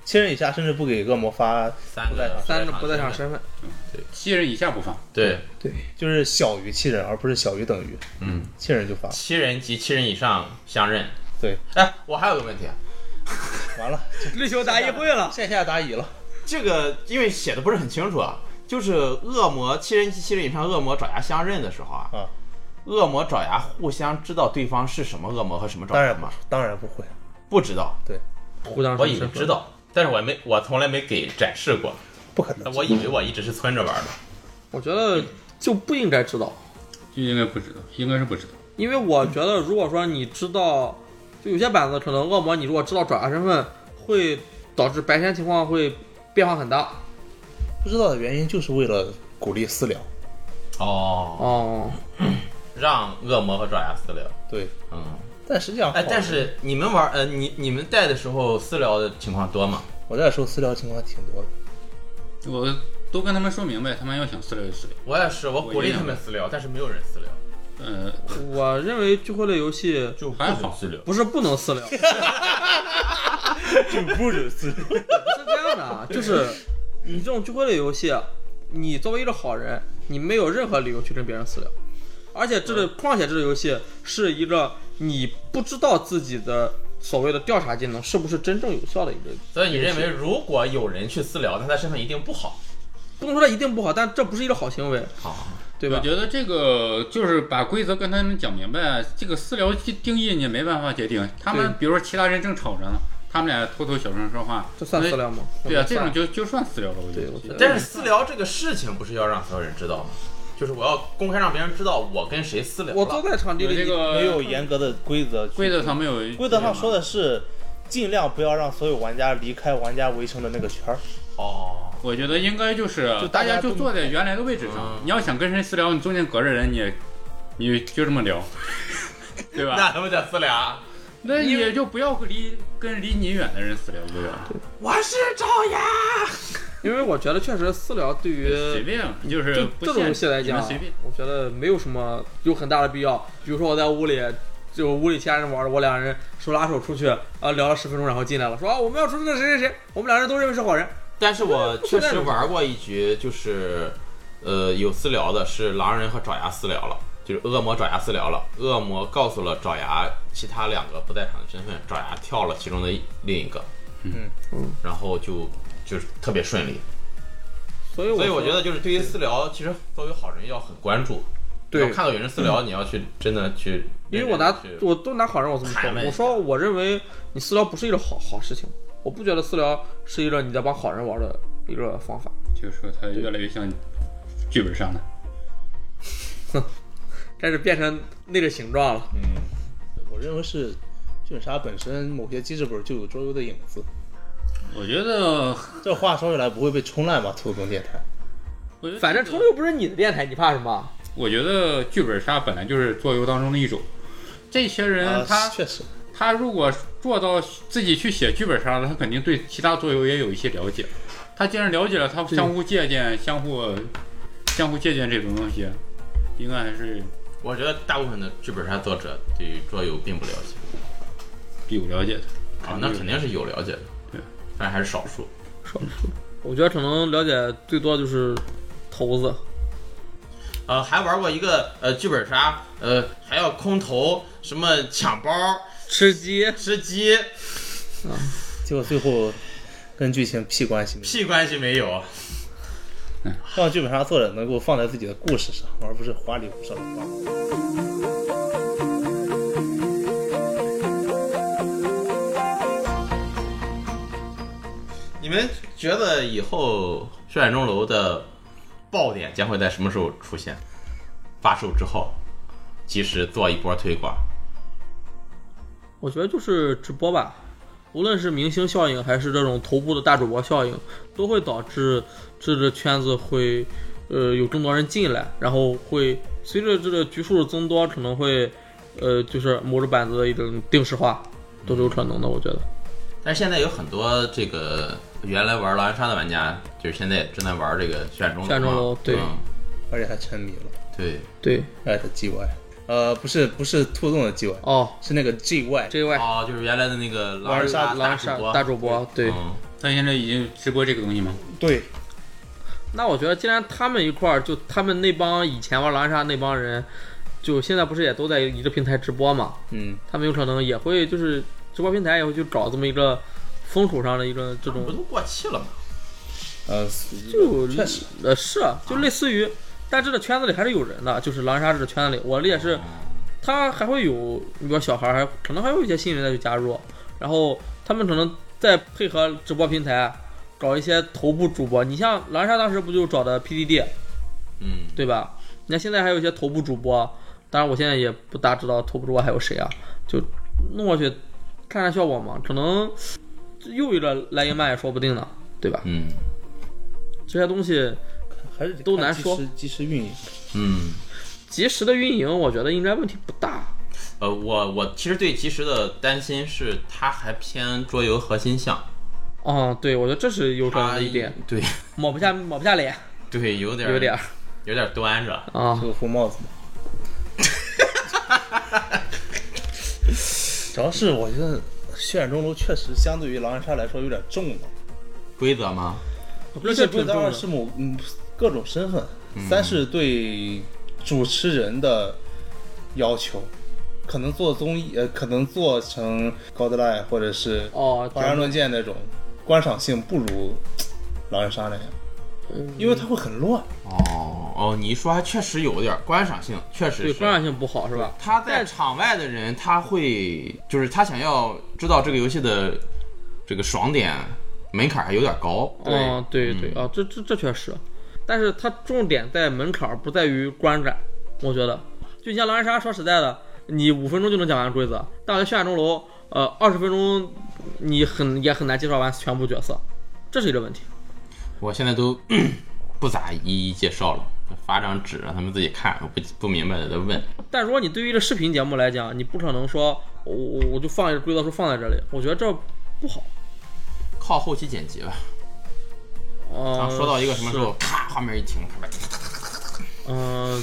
Speaker 1: 七人以下甚至不给恶魔发，
Speaker 2: 三
Speaker 1: 不在
Speaker 2: 个
Speaker 1: 场
Speaker 3: 三个不在场
Speaker 2: 身份，
Speaker 3: 身份，
Speaker 4: 七人以下不放，
Speaker 2: 对，
Speaker 3: 对，
Speaker 1: 就是小于七人，而不是小于等于
Speaker 2: 嗯，
Speaker 1: 七人就发。
Speaker 2: 七人及七人以上相认。
Speaker 1: 对，
Speaker 2: 哎，我还有个问题，
Speaker 1: 完了，
Speaker 3: 绿球答议会了，
Speaker 1: 线下答疑了。
Speaker 2: 这个因为写的不是很清楚啊，就是恶魔七人及七人以上恶魔爪牙相认的时候啊，
Speaker 1: 啊
Speaker 2: 恶魔爪牙互相知道对方是什么恶魔和什么爪
Speaker 1: 当
Speaker 2: 牙
Speaker 1: 然不
Speaker 2: 吗？，
Speaker 1: 当然不会。
Speaker 2: 不知道，
Speaker 3: 互相
Speaker 2: 我以为知，道，但是我没，我从来没给展示过，
Speaker 1: 不可能，
Speaker 2: 我以为我一直是村着玩的。
Speaker 3: 我觉得就不应该知道，
Speaker 4: 就应该不知道，应该是不知道。
Speaker 3: 因为我觉得如果说你知道，就有些板子可能恶魔，你如果知道爪牙身份，会导致白天情况会变化很大。
Speaker 1: 不知道的原因就是为了鼓励私聊。
Speaker 2: 哦，
Speaker 3: 哦，
Speaker 2: 让恶魔和爪牙私聊。
Speaker 1: 对，
Speaker 2: 嗯，
Speaker 1: 但实际上，
Speaker 2: 哎，但是你们玩，呃，你你们带的时候私聊的情况多吗？
Speaker 1: 我那时候私聊情况挺多的。
Speaker 4: 我都跟他们说明白，他们要想私聊就私聊。
Speaker 2: 我也是，我鼓励他们私聊，但是没有人私聊，
Speaker 4: 呃，
Speaker 3: 我认为聚会类游戏
Speaker 2: 就
Speaker 4: 还好
Speaker 2: 私聊。
Speaker 3: 不是不能私聊，是
Speaker 1: 就不准私聊。
Speaker 3: 这样的啊，就是你这种聚会类游戏，啊你作为一个好人，你没有任何理由去跟别人私聊，而且这个，
Speaker 4: 嗯
Speaker 3: 况且这个游戏是一个你不知道自己的所谓的调查技能是不是真正有效的一个，
Speaker 2: 所以你认为，如果有人去私聊，那他身份一定不好？
Speaker 3: 不能说它一定不好，但这不是一个好行为，
Speaker 2: 好，
Speaker 3: 对
Speaker 4: 我
Speaker 3: 吧？
Speaker 4: 觉得这个就是把规则跟他们讲明白，这个私聊定定义你没办法界定。他们
Speaker 3: 对
Speaker 4: 比如说其他人正吵着呢，他们俩偷偷小声说话，
Speaker 3: 这算私聊吗？
Speaker 4: 对啊，
Speaker 3: 我觉
Speaker 4: 这
Speaker 3: 得
Speaker 4: 种
Speaker 3: 算
Speaker 4: 就就算私聊了，我觉
Speaker 3: 对，
Speaker 4: 得。
Speaker 3: 我觉得
Speaker 2: 但是私聊这个事情不是要让所有人知道吗？就是我要公开让别人知道我跟谁私聊了。
Speaker 3: 我坐在场地
Speaker 4: 有
Speaker 3: 里，
Speaker 4: 这个
Speaker 1: 没有严格的规则去，
Speaker 4: 规则上没有，
Speaker 1: 规则上说的是，尽量不要让所有玩家离开玩家围成的那个圈儿。
Speaker 2: 哦，
Speaker 4: 我觉得应该就是
Speaker 1: 就大
Speaker 4: 大
Speaker 1: 家
Speaker 4: 家
Speaker 1: 都
Speaker 4: 就坐在原来的位置上
Speaker 2: 嗯，
Speaker 4: 你要想跟谁私聊，你中间隔着人，你你就这么 聊，对吧？
Speaker 2: 那他们得私聊。
Speaker 4: 那你也就不要离跟离你远的人私聊，对吧？
Speaker 2: 我是爪牙。
Speaker 3: 因为我觉得确实私聊对于
Speaker 4: 随便，就是
Speaker 3: 就
Speaker 4: 不
Speaker 3: 这种
Speaker 4: 限
Speaker 3: 游戏来
Speaker 4: 你们
Speaker 3: 讲，
Speaker 4: 随便。
Speaker 3: 我觉得没有什么有很大的必要。比如说我在屋里，就屋里其他人玩，我俩人手拉手出去，啊，聊了十分钟，然后进来了，说啊我们要出去的谁谁谁，我们俩人都认为是好人。
Speaker 2: 但是我确实玩过一局，就是，呃，有私聊的，是狼人和爪牙私聊了，就是恶魔爪牙私聊了，恶魔告诉了爪牙其他两个不在场的身份，爪牙跳了其中的一另一个，
Speaker 1: 嗯
Speaker 3: 嗯，
Speaker 2: 然后就就是特别顺利，
Speaker 3: 所以我
Speaker 2: 所以我
Speaker 3: 我
Speaker 2: 觉得就是对于私聊，其实作为好人要很关注，要
Speaker 3: 对，嗯
Speaker 2: 看到有人私聊，你要去真的去，
Speaker 3: 因为我拿
Speaker 2: 去
Speaker 3: 我都拿好人，我这么
Speaker 2: 盘
Speaker 3: 说，
Speaker 2: 问
Speaker 3: 我说我认为你私聊不是一个好好事情，我不觉得私聊是一个你在帮好人玩的一个方法。
Speaker 4: 就是说它越来越像剧本杀了。
Speaker 3: 开始变成那个形状了，
Speaker 2: 嗯，
Speaker 1: 我认为是剧本杀本身某些机制本就有桌游的影子。
Speaker 4: 我觉得，
Speaker 1: 这话说起来不会被冲烂吧？兔子洞电台，
Speaker 4: 我觉得
Speaker 3: 反正冲又不是你的电台，你怕什么？
Speaker 4: 我觉得剧本杀本来就是桌游当中的一种。这些
Speaker 1: 啊
Speaker 3: 嗯
Speaker 4: 人
Speaker 3: 呃
Speaker 4: 他、
Speaker 1: 确实，
Speaker 4: 他如果做到自己去写剧本杀了，他肯定对其他桌游也有一些了解。他既然了解了，他相互借鉴、相互相互借鉴这种东西，应该还是
Speaker 2: 我觉得大部分的剧本杀作者对于桌游并不了解，
Speaker 3: 嗯
Speaker 4: 有了解的。
Speaker 2: 啊，那肯定是有了解的，
Speaker 4: 对，
Speaker 2: 但还是少数。
Speaker 3: 我觉得可能了解最多就是头子，
Speaker 2: 呃，还玩过一个呃剧本杀，呃，还要空投，什么抢包、
Speaker 3: 吃鸡。
Speaker 2: 吃鸡，
Speaker 1: 结果最后跟剧情屁关系没有，
Speaker 2: 屁关系没有。
Speaker 1: 让剧本杀作者能够放在自己的故事上，而不是花里胡哨的话。
Speaker 2: 你们觉得以后《血海钟楼》的爆点将会在什么时候出现？发售之后，及时做一波推广。
Speaker 3: 我觉得就是直播吧，无论是明星效应还是这种头部的大主播效应，都会导致这个圈子会，呃，有更多人进来，然后会随着这个局数的增多，可能会，呃，就是某个板子的一种定式化，都是有可能的，我觉得。
Speaker 2: 但是现在有很多这个原来玩狼人杀的玩家，就是现在也正在玩这个选中楼嘛。
Speaker 3: 选中楼对
Speaker 2: 嗯
Speaker 1: 而且他沉迷了，
Speaker 2: 对，
Speaker 3: 对，
Speaker 1: 艾特 GY，呃，不是不是兔洞的 GY，
Speaker 3: 哦
Speaker 1: 是那个 GY，
Speaker 3: ，J Y
Speaker 2: 哦，就是原来的那个狼人杀
Speaker 3: 杀狼人
Speaker 2: 主
Speaker 3: 杀
Speaker 2: 播，
Speaker 3: 大主播，对。
Speaker 2: 嗯
Speaker 4: 他现在已经直播这个东西吗？
Speaker 1: 对，
Speaker 3: 那我觉得，既然他们一块儿，就他们那帮以前玩狼人杀那帮人，就现在不是也都在一个平台直播嘛？
Speaker 1: 嗯，
Speaker 3: 他们有可能也会就是直播平台也会去搞这么一个风口上的一个这
Speaker 2: 不
Speaker 3: 种，
Speaker 2: 都过气了吗？
Speaker 1: 呃，
Speaker 3: 就
Speaker 1: 确实，
Speaker 3: 呃是啊，就类似于，但这个圈子里还是有人的，就是狼人杀这个圈子里，我理解
Speaker 2: 哦
Speaker 3: 是，他还会有，你比如小孩儿，还可能还有一些新人再去加入，然后他们可能再配合直播平台搞一些头部主播，你像狼人杀当时不就找的 PDD，
Speaker 2: 嗯，
Speaker 3: 对吧？你看现在还有一些头部主播，当然我现在也不大知道头部主播还有谁啊，就弄过去看看效果嘛，可能又一个来一曼也说不定呢，对吧？
Speaker 2: 嗯
Speaker 3: 这些东西
Speaker 1: 还是得
Speaker 3: 都
Speaker 1: 看
Speaker 3: 难
Speaker 1: 即
Speaker 3: 说
Speaker 1: 时即时运营，
Speaker 2: 嗯。
Speaker 3: 及时的运营，我觉得应该问题不大。
Speaker 2: 呃，我我其实对即时的担心是，它还偏桌游核心向，
Speaker 3: 嗯，对，我觉得这是有可能
Speaker 2: 它
Speaker 3: 的一点，
Speaker 2: 对
Speaker 3: 抹不下抹不下脸，
Speaker 2: 对，有点
Speaker 3: 有点儿
Speaker 2: 有点端着，
Speaker 3: 啊
Speaker 1: 这。个红帽子嘛。 主要是我觉得血染钟楼确实相对于狼人杀来说有点重了，
Speaker 2: 规则吗？
Speaker 3: 而
Speaker 1: 而且
Speaker 3: 且
Speaker 1: 最
Speaker 3: 挺重
Speaker 1: 当
Speaker 3: 的嗯
Speaker 1: 然是某嗯各种身份，三是对主持人的要求，可能做综艺呃，可能做成高德莱或者是
Speaker 3: 哦，
Speaker 1: 华山论剑那种，观赏性不如狼人杀那样，
Speaker 3: 嗯
Speaker 1: 因为它会很乱。
Speaker 2: 哦哦，你一说还确实有点儿观赏性，确实
Speaker 3: 对
Speaker 2: 是
Speaker 3: 观赏性不好是吧？
Speaker 2: 他在
Speaker 3: 但
Speaker 2: 场外的人，他会就是他想要知道这个游戏的这个爽点门槛还有点高。
Speaker 3: 嗯，对对啊，这这这确实，但是它重点在门槛儿，不在于观感，我觉得，就你像狼人杀，说实在的，你五分钟就能讲完规则，但我觉得血染钟楼，呃，二十分钟你很也很难介绍完全部角色，这是一个问题。
Speaker 2: 我现在都 不咋一一介绍了，发张纸让他们自己看，我不不明白的再问。
Speaker 3: 但如果你对于一个视频节目来讲，你不可能说我我我就放一个规则书放在这里，我觉得这不好。
Speaker 2: 靠后期剪辑吧。
Speaker 3: 嗯、
Speaker 2: 然后啊说到一个什么时候，咔，画面一停，啪啪嗒嗒
Speaker 3: 是？嗯、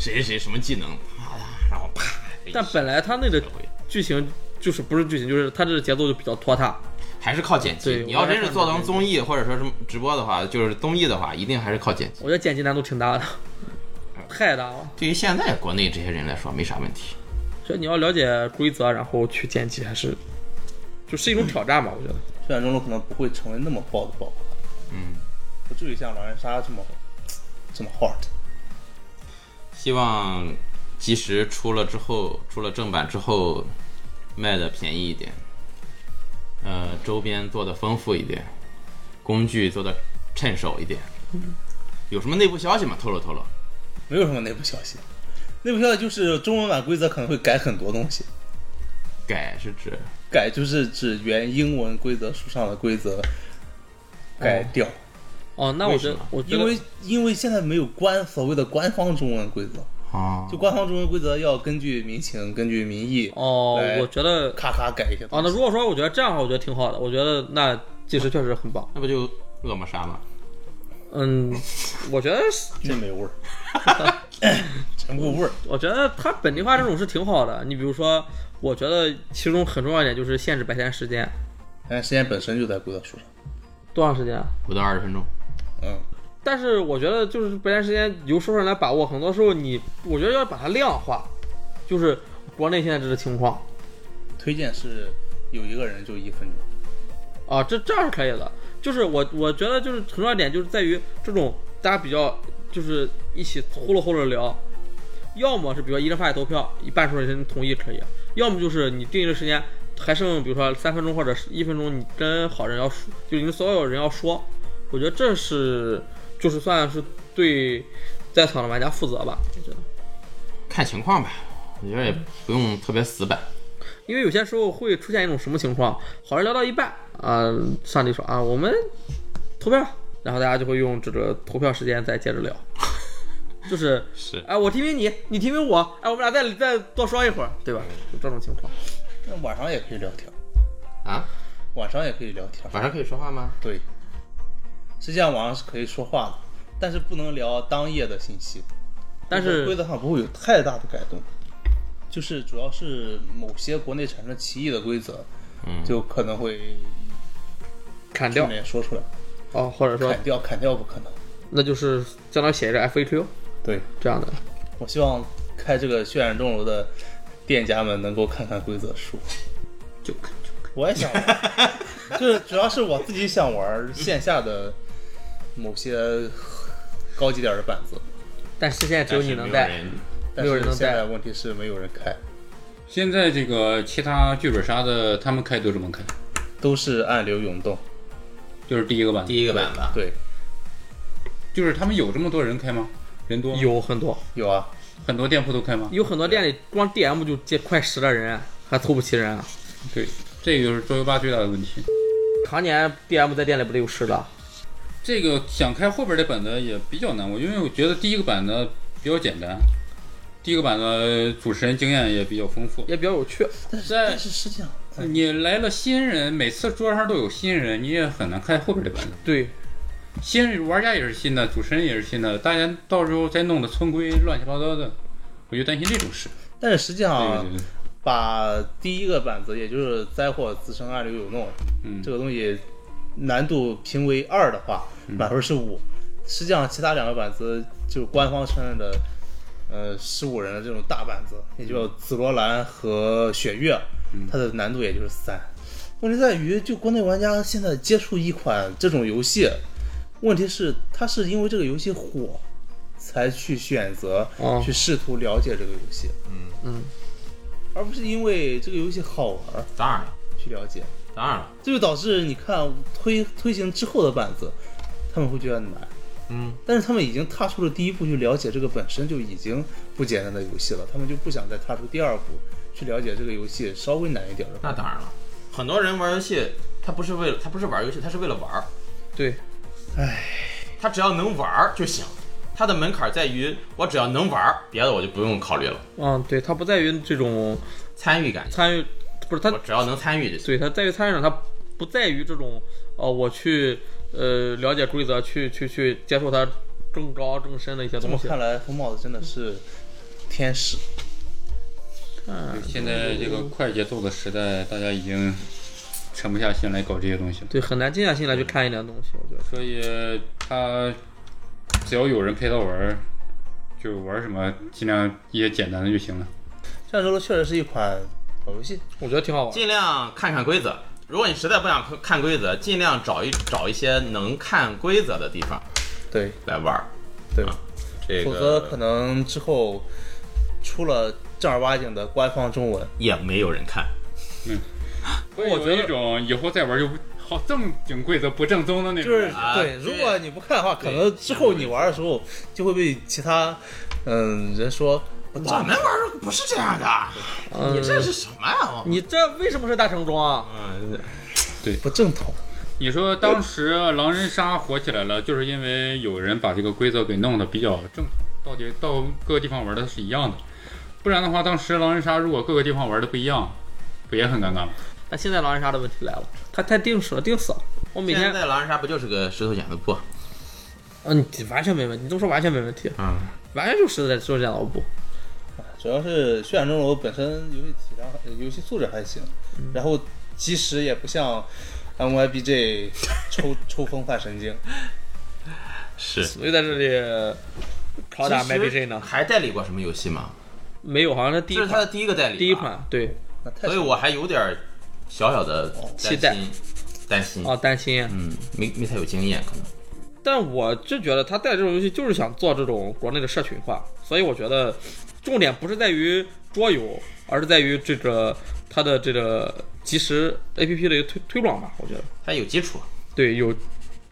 Speaker 2: 谁谁谁什么技能，啪嗒，然后啪。哎
Speaker 3: 但本来它那个
Speaker 2: 撤回
Speaker 3: 剧情就是不是剧情，就是它这个节奏就比较拖沓。
Speaker 2: 还是靠剪辑。
Speaker 3: 对
Speaker 2: 你
Speaker 3: 我
Speaker 2: 要
Speaker 3: 还
Speaker 2: 真是
Speaker 3: 看
Speaker 2: 做
Speaker 3: 到
Speaker 2: 成
Speaker 3: 这
Speaker 2: 综艺或者说什么直播的话，就是综艺的话，一定还是靠剪辑。
Speaker 3: 我觉得剪辑难度挺大的，
Speaker 2: 嗯
Speaker 3: 太大了。
Speaker 2: 对于现在国内这些人来说，没啥问题。
Speaker 3: 所以你要了解规则，然后去剪辑，还是就是一种挑战吧，我觉得。
Speaker 1: 血染钟楼可能不会成为那么爆的爆款，
Speaker 2: 嗯，
Speaker 1: 不至于像狼人杀这么这么 hard。
Speaker 2: 希望即时出了之后，出了正版之后，卖的便宜一点，呃，周边做的丰富一点，工具做的趁手一点。有什么内部消息吗？透露透露。
Speaker 1: 没有什么内部消息，内部消息就是中文版规则可能会改很多东西，
Speaker 2: 改是指
Speaker 1: 改就是指原英文规则书上的规则改掉，
Speaker 3: 哦，那
Speaker 2: 为
Speaker 3: 我觉得
Speaker 2: 什么，
Speaker 3: 我觉
Speaker 1: 因
Speaker 3: 得
Speaker 1: 为因为现在没有官所谓的官方中文规则，
Speaker 2: 啊，
Speaker 1: 就官方中文规则要根据民情、根据民意，
Speaker 3: 哦
Speaker 1: 来，
Speaker 3: 我觉得
Speaker 1: 咔咔改一些
Speaker 3: 啊，
Speaker 1: 东
Speaker 3: 那
Speaker 1: 西。
Speaker 3: 如果说我觉得这样的话，我觉得挺好的。我觉得那技师确实很棒。
Speaker 2: 那不就恶魔杀吗？
Speaker 3: 嗯，我觉得是
Speaker 1: 真没味儿， 真不味儿。
Speaker 3: 我觉得他本地化这种是挺好的。你比如说，我觉得其中很重要一点就是限制白天时间，
Speaker 1: 但是时间本身就在规则书上，
Speaker 3: 多长时间啊？
Speaker 2: 不到二十分钟。
Speaker 1: 嗯，
Speaker 3: 但是我觉得就是白天时间由说上来把握，很多时候你我觉得要把它量化，就是国内现在这个情况。
Speaker 1: 推荐是有一个人就一分钟，
Speaker 3: 啊，这这样是可以的。就是我我觉得就是重要一点就是在于这种大家比较就是一起呼噜呼噜聊，要么是比如说一人发起投票，一半数人同意可以，要么就是你定一个时间，还剩比如说三分钟或者是一分钟，你跟好人要说，就你跟所有人要说，我觉得这是就是算是对在场的玩家负责吧，我觉得。
Speaker 2: 看情况吧，我觉得也不用特别死板。
Speaker 3: 因为有些时候会出现一种什么情况，好人聊到一半啊、上帝说啊，我们投票，然后大家就会用这个投票时间再接着聊， 就是
Speaker 2: 是
Speaker 3: 哎，我提名你，你提名我，哎，我们俩再再多说一会儿，对吧？就这种情况，
Speaker 1: 但晚上也可以聊天，
Speaker 2: 啊，
Speaker 1: 晚上也可以聊天。
Speaker 2: 晚上可以说话吗？
Speaker 1: 对，实际上晚上是可以说话的，但是不能聊当夜的信息。
Speaker 3: 但是
Speaker 1: 规则上不会有太大的改动，就是主要是某些国内产生歧义的规则，
Speaker 2: 嗯
Speaker 1: 就可能会
Speaker 3: 砍掉
Speaker 1: 顺便说出来，
Speaker 3: 哦，或者说
Speaker 1: 砍掉砍掉不可能。
Speaker 3: 那就是将来写一个 FAQ
Speaker 1: 对，
Speaker 3: 这样的，
Speaker 1: 我希望开这个渲染钟楼的店家们能够看看规则书。
Speaker 4: 就
Speaker 1: 我也想玩， 就是主要是我自己想玩线下的某些高级点儿的板子，
Speaker 3: 但是现在只有你能
Speaker 2: 但
Speaker 3: 带
Speaker 2: 是没有人
Speaker 1: 但
Speaker 3: 没有
Speaker 1: 是
Speaker 3: 人能
Speaker 1: 现
Speaker 3: 带
Speaker 1: 在问题是没有人开，
Speaker 4: 现在这个其他剧本杀的他们开都这么开，
Speaker 1: 都是暗流涌动。
Speaker 4: 就是第一个版，
Speaker 2: 第一个版吧，
Speaker 1: 对，
Speaker 4: 就是他们有这么多人开吗？人多吗
Speaker 3: 有很多，
Speaker 1: 有啊，
Speaker 4: 很多店铺都开吗？
Speaker 3: 有很多店里光 DM 就接快十个人，还凑不齐人、啊。
Speaker 4: 对，这个就是桌游吧最大的问题。
Speaker 3: 常年 DM 在店里不都有事了？
Speaker 4: 这个想开后边的版的也比较难，我因为我觉得第一个版的比较简单，第一个版的主持人经验也比较丰富。
Speaker 3: 也比较有趣。
Speaker 4: 在
Speaker 1: 但是实际上，
Speaker 4: 你来了新人，每次桌上都有新人，你也很难开后边的版的。
Speaker 3: 对，
Speaker 4: 新人玩家也是新的，主持人也是新的，大家到时候再弄得村规乱七八糟的，我就担心这种事。
Speaker 1: 但是实际上啊
Speaker 4: 对对对，
Speaker 1: 把第一个板子，也就是灾祸滋生暗流涌动
Speaker 4: 嗯，
Speaker 1: 这个东西难度评为二的话，满分是五。实际上，其他两个板子就是官方承认的，呃，十五人的这种大板子，也就紫罗兰和雪月，它的难度也就是三。问题在于，就国内玩家现在接触一款这种游戏，问题是他是因为这个游戏火，才去选择、
Speaker 3: 哦
Speaker 1: 去试图了解这个游戏，
Speaker 2: 嗯
Speaker 3: 嗯，
Speaker 1: 而不是因为这个游戏好玩儿
Speaker 2: 当然了，
Speaker 1: 去了解。
Speaker 2: 当然了，
Speaker 1: 这就导致你看推推行之后的板子，他们会觉得难，
Speaker 2: 嗯，
Speaker 1: 但是他们已经踏出了第一步去了解这个本身就已经不简单的游戏了，他们就不想再踏出第二步去了解这个游戏稍微难一点的。
Speaker 2: 那当然了，很多人玩游戏，他不是为了他不是玩游戏，他是为了玩儿，
Speaker 3: 对，
Speaker 2: 他只要能玩儿就行。他的门槛在于我只要能玩儿，别的我就不用考虑了。
Speaker 3: 嗯，对，它不在于这种
Speaker 2: 参与感，
Speaker 3: 参与，不是它
Speaker 2: 我，只要能参与就行。
Speaker 3: 对，它在于参与上，它不在于这种哦、我去呃了解规则，去去去接受它更高更深的一些
Speaker 1: 这
Speaker 3: 东
Speaker 1: 么
Speaker 3: 西。
Speaker 1: 看来，红帽子真的是天使。
Speaker 3: 嗯，
Speaker 4: 现在这个快节奏的时代，大家已经沉不下心来搞这些东西了。
Speaker 3: 对，很难静下心来去看一点东西，我觉得。
Speaker 4: 所以他只要有人陪他玩儿，就玩什么尽量一些简单的就行了。
Speaker 1: 战斗罗确实是一款好游戏，
Speaker 3: 我觉得挺好玩。
Speaker 2: 尽量看看规则。如果你实在不想看规则，尽量找一找一些能看规则的地方
Speaker 1: 对
Speaker 2: 来玩儿。啊
Speaker 1: 对，
Speaker 2: 这
Speaker 1: 否则
Speaker 2: 个
Speaker 1: 可能之后出了正儿八经的官方中文，
Speaker 2: 也没有人看。
Speaker 4: 我觉得一种以后再玩就不好正经规则不正宗的那种。
Speaker 1: 就是
Speaker 2: 啊
Speaker 1: 对，
Speaker 2: 对
Speaker 1: 如果你不看的话，可
Speaker 2: 对
Speaker 1: 能之后你玩的时候就会被其他嗯人说不
Speaker 2: 我们玩儿不是这样的，
Speaker 3: 嗯
Speaker 2: 你，这是什么呀？我
Speaker 3: 你这为什么是大成装啊？
Speaker 2: 嗯，
Speaker 1: 不正统。
Speaker 4: 你说当时狼人杀火起来了，就是因为有人把这个规则给弄得比较正，到底到各个地方玩的是一样的。不然的话，当时狼人杀如果各个地方玩的不一样，不也很尴尬吗？
Speaker 3: 但现在狼人杀的问题来了，它太定时了，定死了。我每
Speaker 2: 现
Speaker 3: 天，
Speaker 2: 在狼人杀不就是个石头剪子啊布？
Speaker 3: 嗯，你完全没问题，你这么说完全没问题，
Speaker 2: 嗯，
Speaker 3: 完全就是在做这样的布。
Speaker 1: 主要是《血染钟楼》本身游戏体量、呃游戏素质还行，然后及时也不像 MYBJ 抽抽风犯神经。
Speaker 2: 是。
Speaker 3: 所以在这里拷打 m y b j 呢？
Speaker 2: 还代理过什么游戏吗？
Speaker 3: 没有，好像是啊第
Speaker 2: 这是
Speaker 3: 一
Speaker 2: 他
Speaker 3: 款，
Speaker 2: 的第一个代理，啊
Speaker 3: 第一，款对
Speaker 1: 那太
Speaker 2: 所以我还有点儿小小的
Speaker 3: 期
Speaker 2: 担心，
Speaker 3: 待
Speaker 2: 担心，
Speaker 3: 啊，担心。
Speaker 2: 嗯，没没太有经验，可能
Speaker 3: 但我就觉得他带这种游戏就是想做这种国内的社群化，所以我觉得重点不是在于桌游，而是在于这个它的这个即时 APP 的一个推推广吧。我觉得
Speaker 2: 他有基础，
Speaker 3: 对有，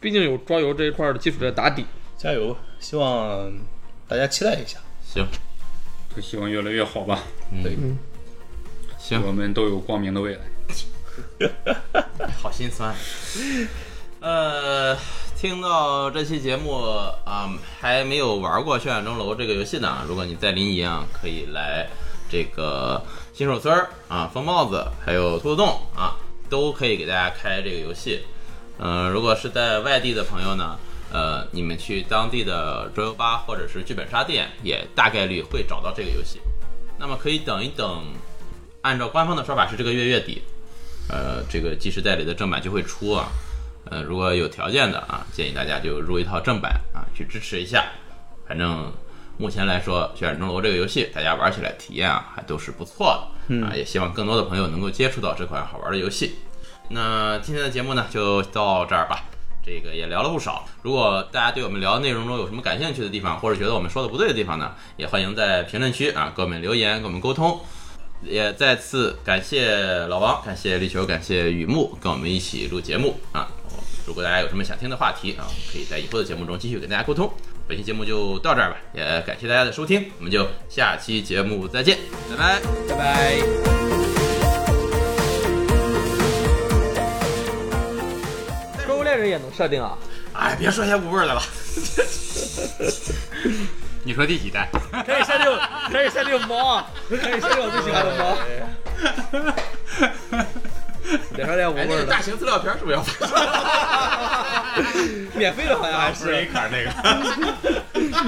Speaker 3: 毕竟有桌游这一块的基础的打底。
Speaker 1: 加油，希望大家期待一下。
Speaker 2: 行，
Speaker 4: 就希望越来越好吧。
Speaker 2: 嗯，行
Speaker 4: 我们都有光明的未来。
Speaker 2: 好心酸。呃，听到这期节目啊、还没有玩过《血染钟楼》这个游戏呢，如果你在临沂啊，可以来这个新手村儿啊、疯帽子还有兔子洞啊，都可以给大家开这个游戏。嗯、如果是在外地的朋友呢，呃，你们去当地的桌游吧或者是剧本杀店，也大概率会找到这个游戏。那么可以等一等，按照官方的说法是这个月月底，呃，这个即时代理的正版就会出啊。呃，如果有条件的啊，建议大家就入一套正版啊，去支持一下。反正目前来说，《血染钟楼》这个游戏，大家玩起来体验啊，还都是不错的。
Speaker 1: 嗯哎
Speaker 2: 啊，也希望更多的朋友能够接触到这款好玩的游戏。那今天的节目呢，就到这儿吧。这个也聊了不少。如果大家对我们聊的内容中有什么感兴趣的地方，或者觉得我们说的不对的地方呢，也欢迎在评论区啊给我们留言，给我们沟通。也再次感谢老王，感谢绿球，感谢雨木，跟我们一起录节目啊。如果大家有什么想听的话题啊，我们可以在以后的节目中继续跟大家沟通。本期节目就到这儿吧，也感谢大家的收听，我们就下期节目再见，拜拜。
Speaker 3: 拜拜。怪物猎人也能设定啊？
Speaker 2: 哎，别说些无味儿的了。
Speaker 4: 你说第几代？
Speaker 3: 可以设定，可以设定猫啊，可以设定我最喜欢的猫。别说这无
Speaker 2: 哎，
Speaker 3: 味
Speaker 2: 那
Speaker 3: 儿
Speaker 2: 个
Speaker 3: 的
Speaker 2: 大，型资料片是不是要发？
Speaker 3: 免费的好像还
Speaker 2: 不是
Speaker 3: 是
Speaker 2: 一。坎那个。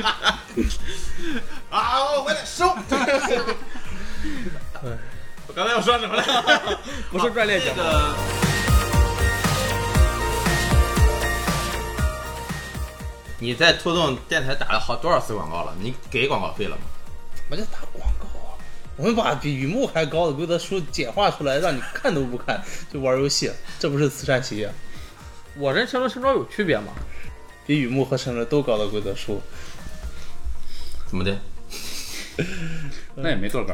Speaker 2: 啊，我得收。 我刚才要说什么来着？
Speaker 3: 不是专列节
Speaker 2: 那
Speaker 3: 目
Speaker 2: 个。你在拖动电台打了好多少次广告了？你给广告费了吗？
Speaker 1: 我就打广告啊，我们把比雨幕还高的规则书简化出来，让你看都不看就玩游戏，这不是慈善企业？啊
Speaker 3: 我跟神龙神招有区别吗？
Speaker 1: 比雨幕和神乐都高的规则书，
Speaker 2: 怎么的？
Speaker 4: 那也没多高。